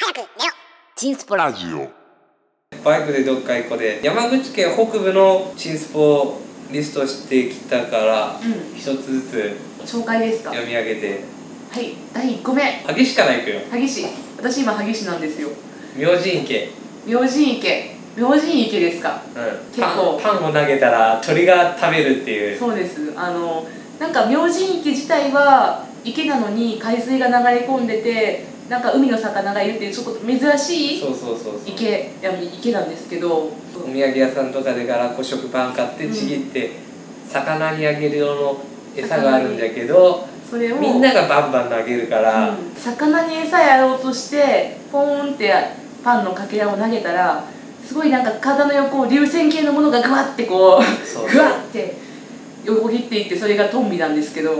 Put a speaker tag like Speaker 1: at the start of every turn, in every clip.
Speaker 1: ラクネオ
Speaker 2: チンスポラジオ
Speaker 3: バイクでどっか行こうで山口県北部のチンスポをリストしてきたから
Speaker 4: う
Speaker 3: 一つずつ
Speaker 4: ん紹介ですかは
Speaker 3: 読み上げて
Speaker 4: い第5名
Speaker 3: 萩市から行くよ
Speaker 4: 萩市私今萩市なんですよ
Speaker 3: 明神池
Speaker 4: 明神池明神池ですか
Speaker 3: うん
Speaker 4: 結
Speaker 3: パン
Speaker 4: 構
Speaker 3: パンを投げたら鳥が食べるっていう
Speaker 4: そうですあのなんか明神池自体は池なのに海水が流れ込んでてなんか海の魚がいるっていうちょっと珍しい
Speaker 3: そうそうそうそう
Speaker 4: 池いや池なんですけど
Speaker 3: お土産屋さんとかでガラコ食パン買って
Speaker 4: うん
Speaker 3: ちぎって魚にあげる用の餌があるんだけど
Speaker 4: それを
Speaker 3: みんながバンバン投げるから、
Speaker 4: うん魚に餌やろうとしてポーンってパンのかけらを投げたらすごいなんか体の横を流線形のものがグワッてこう
Speaker 3: そう
Speaker 4: グワッて横切っていってそれがトンビなんですけど、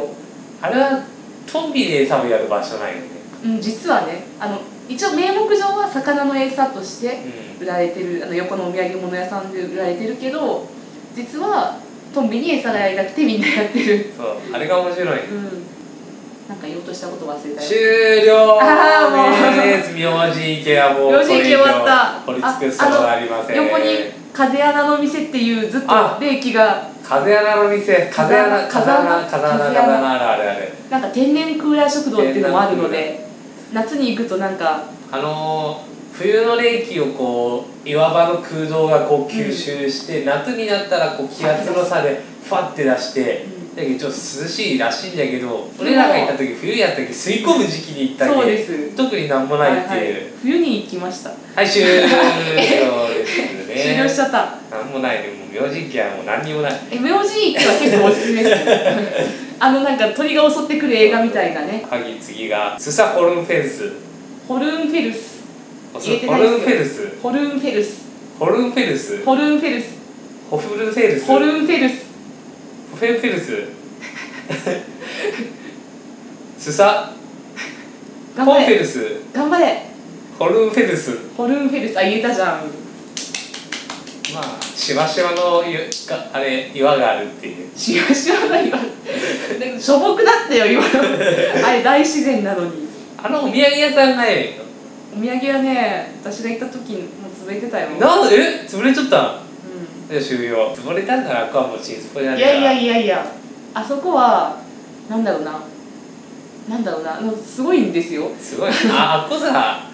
Speaker 3: あれはトンビで餌をやる場所ないよね、
Speaker 4: うん、実はねあの一応名目上は魚の餌として
Speaker 3: う
Speaker 4: 売られてるあの横のお土産物屋さんで売られてるけど実はトンビに餌がやりたくてみんなやってる、
Speaker 3: ん、そうあれが面白いね
Speaker 4: うん、なんか言おうとしたこと忘れたよ
Speaker 3: 終了
Speaker 4: あーもう
Speaker 3: です明神池はもう
Speaker 4: 明神池終わった
Speaker 3: これ以上掘り尽くすことはありません
Speaker 4: 横に風穴の店っていうずっと
Speaker 3: あ
Speaker 4: 冷気が
Speaker 3: 風穴の店風穴風
Speaker 4: 風
Speaker 3: 穴
Speaker 4: 穴
Speaker 3: 風穴
Speaker 4: 風穴
Speaker 3: 風穴あるあるある
Speaker 4: なんか天然クーラー食堂っていうのもあるので夏に行くとなんか
Speaker 3: あのー冬の冷気をこう岩場の空洞がこう吸収して、夏になったらこう気圧の差でファって出して、
Speaker 4: うん
Speaker 3: だけどちょっと涼しいらしいんだけど俺らが行った時冬やった時吸い込む時期に行ったけ
Speaker 4: そうです
Speaker 3: 特になんもないって
Speaker 4: はい
Speaker 3: いう
Speaker 4: はい、冬に行きました、
Speaker 3: はい、終了ですね
Speaker 4: 終了しちゃった
Speaker 3: なんもないね、もう明神池はもう何にもない。
Speaker 4: え明神池は結構おすすめですあのなんか鳥が襲ってくる映画みたいなね
Speaker 3: 鍵次がスサホルンフェルス。
Speaker 4: ホルンフェルス言えて
Speaker 3: ホ
Speaker 4: ない
Speaker 3: ル
Speaker 4: ですよ
Speaker 3: ンフェルス。
Speaker 4: ホルンフェルス
Speaker 3: ホルンフェルス。
Speaker 4: ホルンフェルス
Speaker 3: ホフルンフェルス。
Speaker 4: ホルンフェルス
Speaker 3: ホフェルフェル ス。スサ
Speaker 4: 頑
Speaker 3: ホン
Speaker 4: 張
Speaker 3: フェル
Speaker 4: れ
Speaker 3: ス。
Speaker 4: 頑張れ
Speaker 3: ホルンフェルス。
Speaker 4: ホルンフェルスあ言えたじゃん
Speaker 3: まあ、しわしわのゆがあれ岩があるっていう。
Speaker 4: しわしわが今なんかしょぼくなったよ今のあれ大自然なのに
Speaker 3: あのお土産屋さんないの。
Speaker 4: お土産はね私が行った時もう潰れてたよ、うん、
Speaker 3: なんえ潰れちゃったので終了。潰れたんならあかんもうチンスポじゃね
Speaker 4: い
Speaker 3: えか
Speaker 4: やいやいやいやあそこはなんだろうななんだろうなもうすごいんですよ
Speaker 3: すごいああっこさ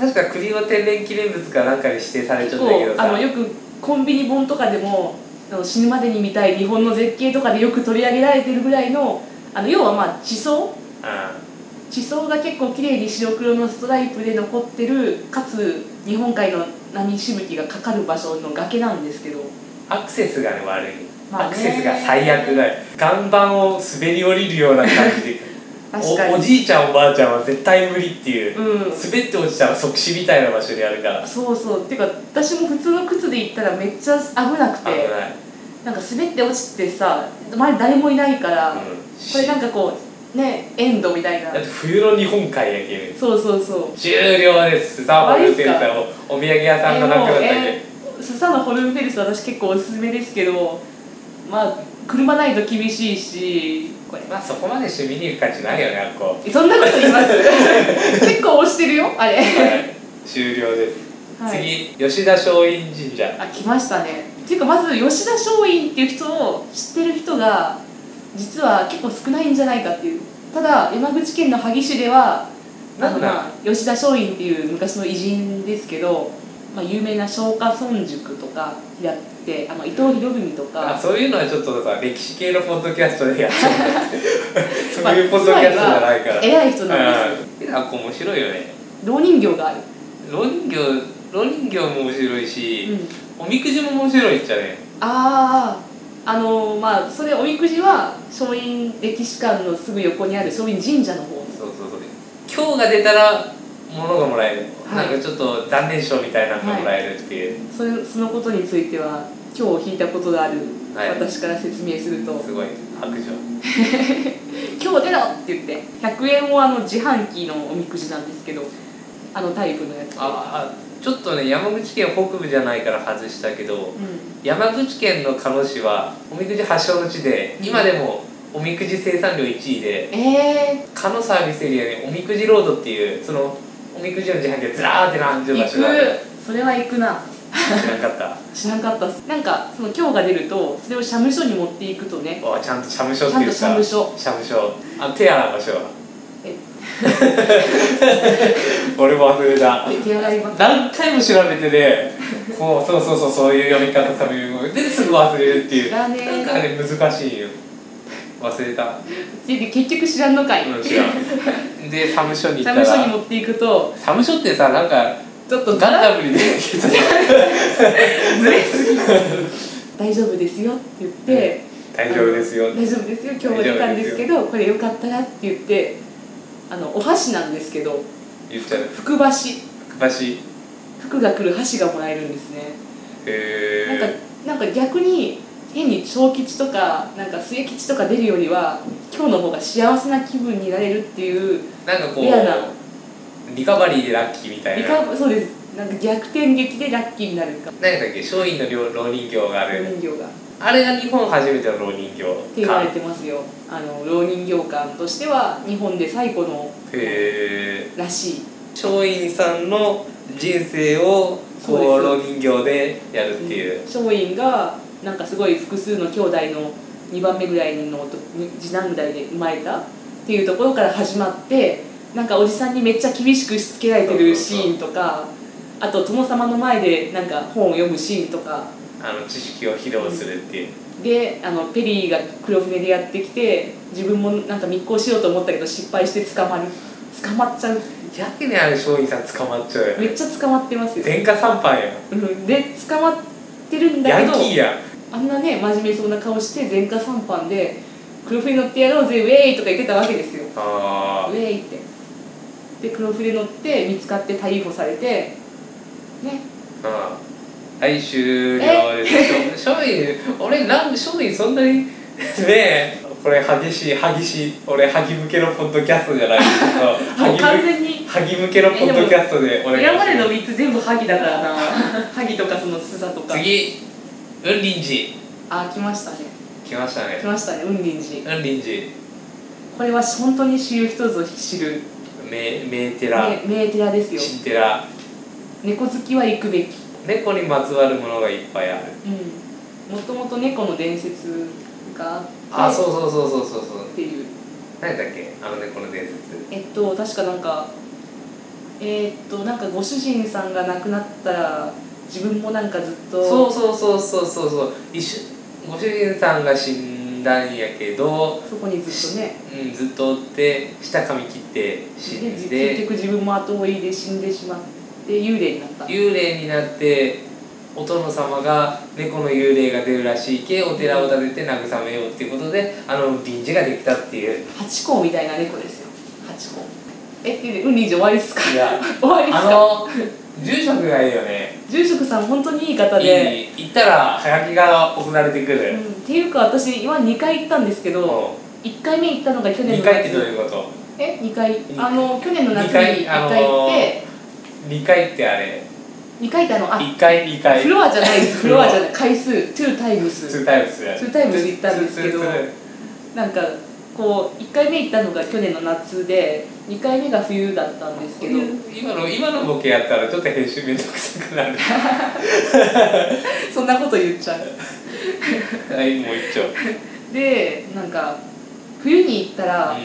Speaker 3: 確か国の天然記念物かなんかに指定されちゃ
Speaker 4: 結
Speaker 3: った
Speaker 4: 構
Speaker 3: けどさ
Speaker 4: あのよくコンビニ本とかでもあの死ぬまでに見たい日本の絶景とかでよく取り上げられてるぐらいのあの要はまあ地層地層が結構綺麗に白黒のストライプで残ってるかつ日本海の波しぶきがかかる場所の崖なんですけど
Speaker 3: うん、アクセスがね悪い、
Speaker 4: まあね
Speaker 3: アクセスが最悪だよ岩盤を滑り降りるような感じで
Speaker 4: 確かに
Speaker 3: おおじいちゃんおばあちゃんは絶対無理っていう、
Speaker 4: うん
Speaker 3: 滑って落ちたら即死みたいな場所でやるから危
Speaker 4: そうそうっていうか私も普通の靴で行ったらめっちゃ危なく
Speaker 3: な
Speaker 4: て
Speaker 3: い、
Speaker 4: なんか滑って落ちてさ周り誰もいないから、これなん
Speaker 3: だ
Speaker 4: かこうねエンドみたいな
Speaker 3: って冬の日本海やけん
Speaker 4: そうそうそう
Speaker 3: 終了ですサーバールテルさんお土産屋さんがなくなったけど、
Speaker 4: えーもうえー笹のホルンフェルス私結構おすすめですけどまあ車ないと厳しいしこれ
Speaker 3: まあそこまで趣味に行く価値ないよねあっこ
Speaker 4: そんなこと言います結構押してるよあれ
Speaker 3: 終了です、
Speaker 4: はい
Speaker 3: 次吉田松陰神社
Speaker 4: あ来ましたねっていうかまず吉田松陰っていう人を知ってる人が実は結構少ないんじゃないかっていうただ山口県の萩市ではあ
Speaker 3: な
Speaker 4: の
Speaker 3: んだ
Speaker 4: まあ吉田松陰っていう昔の偉人ですけど、まあ、有名な松下村塾とか開いてあの伊藤博文と
Speaker 3: あ
Speaker 4: か
Speaker 3: そういうのはちょっとさ歴史系のポッドキャストでやっちゃうそう
Speaker 4: まあ
Speaker 3: いうポッドキャストじゃないから、
Speaker 4: つまりは偉い人なんです
Speaker 3: うんあっこ面白いよね
Speaker 4: 老人形がある、
Speaker 3: 老人形老人形も面白いし、
Speaker 4: うん、
Speaker 3: おみくじも面白いっちゃね
Speaker 4: あああのまあそれおみくじは松陰歴史館のすぐ横にある松陰神社の方
Speaker 3: そうそうそう今日が出たら物がもらえる、
Speaker 4: はい
Speaker 3: なんかちょっと残念賞みたいなのがもらえるっていう、
Speaker 4: それそのことについては今日引いたことがある、
Speaker 3: はい
Speaker 4: 私から説明すると
Speaker 3: すごい白状
Speaker 4: 「今日出ろ!」って言って100円をあの自販機のおみくじなんですけどあのタイプのやつ
Speaker 3: ああちょっとね山口県北部じゃないから外したけど、
Speaker 4: うん
Speaker 3: 山口県の鹿野市はおみくじ発祥の地で
Speaker 4: うん
Speaker 3: 今でもおみくじ生産量1位で
Speaker 4: え
Speaker 3: 鹿野サービスエリアにおみくじロードっていうそのおおみくじの自販機がずらーって並んでる
Speaker 4: 行
Speaker 3: 場所がある
Speaker 4: くそれは行くな
Speaker 3: 知らんかった
Speaker 4: 知らんかったっすなんかその今日が出るとそれを社務所に持っていくとね
Speaker 3: おちゃんと社務所っていうか
Speaker 4: ちゃんと社務所
Speaker 3: 社務所あの手洗う場所は
Speaker 4: え
Speaker 3: 俺も忘れた
Speaker 4: 手洗い場
Speaker 3: 何回も調べてねこうそうそうそうそういう読み方そういうのですぐ忘れるっていう
Speaker 4: 知らね
Speaker 3: な
Speaker 4: え
Speaker 3: んかね難しいよ忘れた
Speaker 4: で結局知らんのかい、
Speaker 3: うん知
Speaker 4: 社
Speaker 3: らんで社務所に行った
Speaker 4: 務
Speaker 3: ら
Speaker 4: 所に持っていくと
Speaker 3: 社務所ってさなんか
Speaker 4: ちょっと
Speaker 3: ガンダムに出 てきて
Speaker 4: ずれすぎ大丈夫ですよって言って、
Speaker 3: 大丈夫ですよ
Speaker 4: あの大丈夫ですよ今日も出たんですけどこれよかったらって言ってあのお箸なんですけど
Speaker 3: 言っちゃう
Speaker 4: 福箸
Speaker 3: 福橋
Speaker 4: 福が来る箸がもらえるんですねなんか
Speaker 3: へ
Speaker 4: なんか逆に変に小吉とかなんか末吉とか出るよりは今日の方が幸せな気分になれるっていう
Speaker 3: ーなんかこ
Speaker 4: レアな
Speaker 3: うリカバリーでラッキーみたい
Speaker 4: 理
Speaker 3: な
Speaker 4: 解
Speaker 3: 何
Speaker 4: もそうですなんか逆転劇でラッキーになるか
Speaker 3: だっけ松陰の両老人形がある、
Speaker 4: 人形がっ
Speaker 3: あれが日本初めての老人形
Speaker 4: て言われてますよあの老人形館としては日本で最古の
Speaker 3: へえ
Speaker 4: らしい
Speaker 3: 松陰さんの人生をこう
Speaker 4: そう
Speaker 3: 老人形でやるっていう、
Speaker 4: 松陰がなんかすごい複数の兄弟の2番目ぐらいのと次男ぐらいで生まれたっていうところから始まってなんかおじさんにめっちゃ厳しくしつけられてるシーンとかあと殿様の前でなんか本を読むシーンとか
Speaker 3: あの知識を披露するっていう、
Speaker 4: であのペリーが黒船でやってきて自分もなんか密航しようと思ったけど失敗して捕まる捕まっちゃう
Speaker 3: やけにあれ松陰さん捕まっちゃうよ
Speaker 4: め
Speaker 3: ね
Speaker 4: っちゃ捕まってますよ、
Speaker 3: 前科三犯や
Speaker 4: うん、で捕まってるんだ
Speaker 3: ヤ
Speaker 4: け
Speaker 3: ン
Speaker 4: ど
Speaker 3: キーや
Speaker 4: あんなね真面目そうな顔して前科三犯で「黒船乗ってやろうぜウェイ!」とか言ってたわけですよウ
Speaker 3: あ
Speaker 4: ェイってで黒船乗って見つかって逮捕されてね
Speaker 3: ーあーはい終了です松陰俺なんで松陰そんなにねえこれ激しい激しい俺ハギ向けのポッドキャストじゃ ないけど
Speaker 4: もう完
Speaker 3: ハ
Speaker 4: 全に
Speaker 3: ギ向けのポッドキャストでお願いし
Speaker 4: 今
Speaker 3: ま
Speaker 4: ますでの3つ全部萩だからな 萩とかその須佐とか
Speaker 3: 次雲林寺
Speaker 4: あ来ましたね
Speaker 3: 来ました
Speaker 4: 来
Speaker 3: ね
Speaker 4: ましたね雲林寺
Speaker 3: 雲林寺
Speaker 4: これは本当に知る人ぞ知る
Speaker 3: 名名寺
Speaker 4: 名名寺ですよ
Speaker 3: 新寺
Speaker 4: 猫好きは行くべき
Speaker 3: 猫にまつわるものがいっぱいある
Speaker 4: うんもともと猫の伝説があって
Speaker 3: あそうそうそうそうそうそう
Speaker 4: っていう
Speaker 3: 何だっけあの猫の伝説
Speaker 4: えっと確かなんかえーっとなんかご主人さんが亡くなったら自分もなんかずっと
Speaker 3: そうそうそうそうそうそう一緒ご主人さんが死んだんやけど、
Speaker 4: そこにずっとね
Speaker 3: うん、ずっとおって舌噛み切って死
Speaker 4: で
Speaker 3: ん
Speaker 4: 結
Speaker 3: で
Speaker 4: 局自分も後追いで死んでしまって幽霊になった
Speaker 3: 幽霊になってお殿様が猫の幽霊が出るらしいけお寺を建てて慰めようっていうことであの臨時ができたっていう
Speaker 4: ハチ公みたいな猫ですよハチ公えってうんりんじ終わり っすか
Speaker 3: いや
Speaker 4: 終わりっす
Speaker 3: あ
Speaker 4: か
Speaker 3: の住職がいいよね
Speaker 4: 住職さん本当にいい方で
Speaker 3: いい行ったらハガキが送られてく
Speaker 4: うん、っ
Speaker 3: る、
Speaker 4: ていうか私今2回行ったんですけど
Speaker 3: も
Speaker 4: 1回目行ったのが去
Speaker 3: う
Speaker 4: 年
Speaker 3: 2
Speaker 4: の
Speaker 3: 回ってどう
Speaker 4: 夏
Speaker 3: いうこと
Speaker 4: え二回
Speaker 3: 二回
Speaker 4: あの去年の夏
Speaker 3: 二回
Speaker 4: に1回行って
Speaker 3: 2回ってあれ
Speaker 4: 2回ってあのあ
Speaker 3: 1回2回
Speaker 4: フロアじゃないですフ
Speaker 3: フ
Speaker 4: ロ
Speaker 3: ロア
Speaker 4: アじゃない回数2タイム
Speaker 3: ツ
Speaker 4: ス
Speaker 3: ータイムス
Speaker 4: ツータイムス行ったんですけ
Speaker 3: ツ
Speaker 4: ど
Speaker 3: ーツーツ
Speaker 4: なんかこう1回目行ったのが去年の夏で2回目が冬だったんですけど、
Speaker 3: ー今の今のボケやったらちょっと編集めんどくさくなる
Speaker 4: そんなこと言っちゃう
Speaker 3: はいもう一丁、う
Speaker 4: でなんか冬に行ったら、
Speaker 3: ん、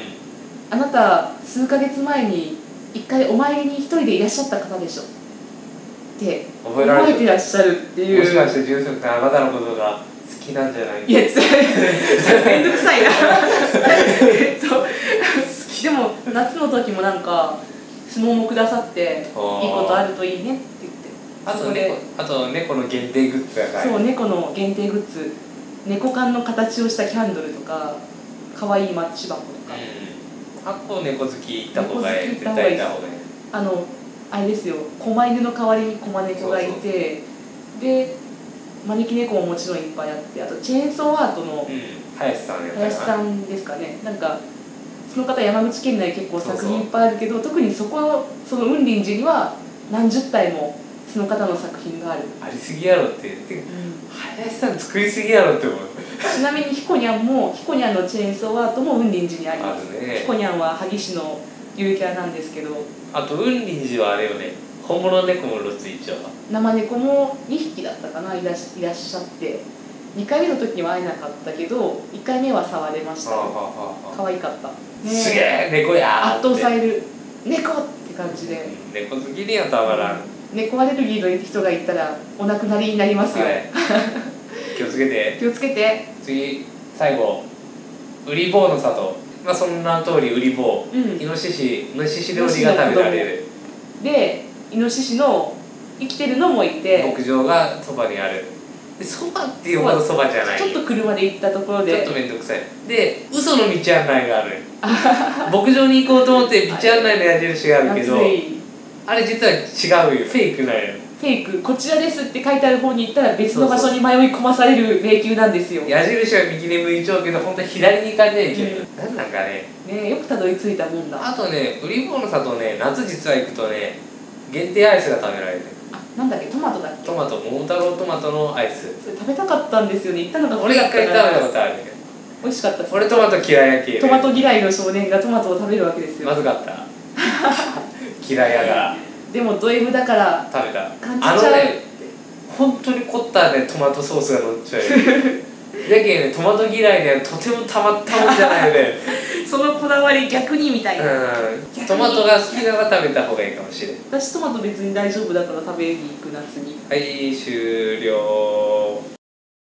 Speaker 4: あなた数ヶ月前に1回お参りに一人でいらっしゃった方でしょって
Speaker 3: 覚えられ
Speaker 4: 覚えてらっしゃるっていう
Speaker 3: もしかして純足さんあなたのことが好きなんじゃない
Speaker 4: いや、 つめんどくさいな。えっと、でも、夏の時もなんか、相撲もくださって、いい
Speaker 3: あー
Speaker 4: ことあるといいねって言って。
Speaker 3: あと
Speaker 4: それ
Speaker 3: 猫あと猫の限定グッズがない
Speaker 4: そう、猫の限定グッズ、猫缶の形をしたキャンドルとか、可愛いマッチ箱とか、
Speaker 3: うん、あっこ猫好き行った方がいい絶
Speaker 4: 猫好き行った方がい
Speaker 3: 対
Speaker 4: い
Speaker 3: 行った方がいい
Speaker 4: あの、あれですよ、狛犬の代わりに狛猫がいて、で、招き猫ももちろんいっぱいあって、あとチェーンソーアートの
Speaker 3: うん林さんやった
Speaker 4: 林さ
Speaker 3: ん
Speaker 4: んですかねなんかその方山口県内結構作品いっぱいあるけど特にそこのその雲林寺には何十体もその方の作品がある、
Speaker 3: ありすぎやろっててか林さん作りすぎやろって思う
Speaker 4: ちなみにひこにゃんもひこにゃんのチェーンソーアートも雲林寺にあり
Speaker 3: あ
Speaker 4: ます
Speaker 3: るね
Speaker 4: ひこにゃんは萩市のゆるキャラなんですけど
Speaker 3: あと雲林寺はあれよね本物の猫も露出一応は
Speaker 4: 生猫も2匹だったかないらしいらっしゃって2回目の時には会えなかったけど1回目は触れました
Speaker 3: はあは
Speaker 4: 可
Speaker 3: あはあ
Speaker 4: 愛かった、ねえ
Speaker 3: すげえ猫やー
Speaker 4: 圧倒さ
Speaker 3: って
Speaker 4: れる猫って感じで
Speaker 3: うん猫好きにはたまらん、
Speaker 4: 猫アレルギーの人がいたらお亡くなりになりますよ、
Speaker 3: はい、気をつけて
Speaker 4: 気をつけて
Speaker 3: 次最後ウリボウの里まあその名の通りウリボ
Speaker 4: う
Speaker 3: ウイ
Speaker 4: ん
Speaker 3: ノシシイノシシ料理が食べられる
Speaker 4: でイノシシの生きてるのもいて
Speaker 3: 牧場がそばにあるでそばっていうほどそばじゃない
Speaker 4: ちょっと車で行ったところ
Speaker 3: ちょっ
Speaker 4: で
Speaker 3: と面倒くさいで嘘の道案内があ る牧場に行こうと思って道案内の矢印があるけど
Speaker 4: 熱い
Speaker 3: あれ実は違うよフェイクなんよ
Speaker 4: フェイクこちらですって書いてある方に行ったら別の場所に迷い込まされる迷宮なんですよ、ね
Speaker 3: 矢印は右に向いちゃうけど本当は左に行かねえけど、なんなんかね
Speaker 4: えよくたどり着いたもんだ
Speaker 3: あとねウリボウの里ね夏実は行くとね限定アイスが食べられる
Speaker 4: あなんだっけトマトだっけ
Speaker 3: トマト桃太郎トマトのアイス
Speaker 4: それ食べたかったんですよね行ったのが
Speaker 3: 俺一回食べ
Speaker 4: た
Speaker 3: たことある
Speaker 4: 美味しかったです
Speaker 3: 俺トマト嫌いやけ、ね、
Speaker 4: トマト嫌いの少年がトマトを食べるわけですよ、
Speaker 3: まずかった 嫌いやから
Speaker 4: でもド M だ から
Speaker 3: 食べた
Speaker 4: 感じち
Speaker 3: あ
Speaker 4: ゃう
Speaker 3: のね本当に凝ったねトマトソースが乗っ ちゃうよだけどねトマト嫌いねとてもたまったもんじゃないよね
Speaker 4: そのこだわり逆にみたいな、
Speaker 3: うんトマトが好きなら食べた方がいいかもしれん
Speaker 4: 私トマト別に大丈夫だから食べに行く夏に
Speaker 3: はい終了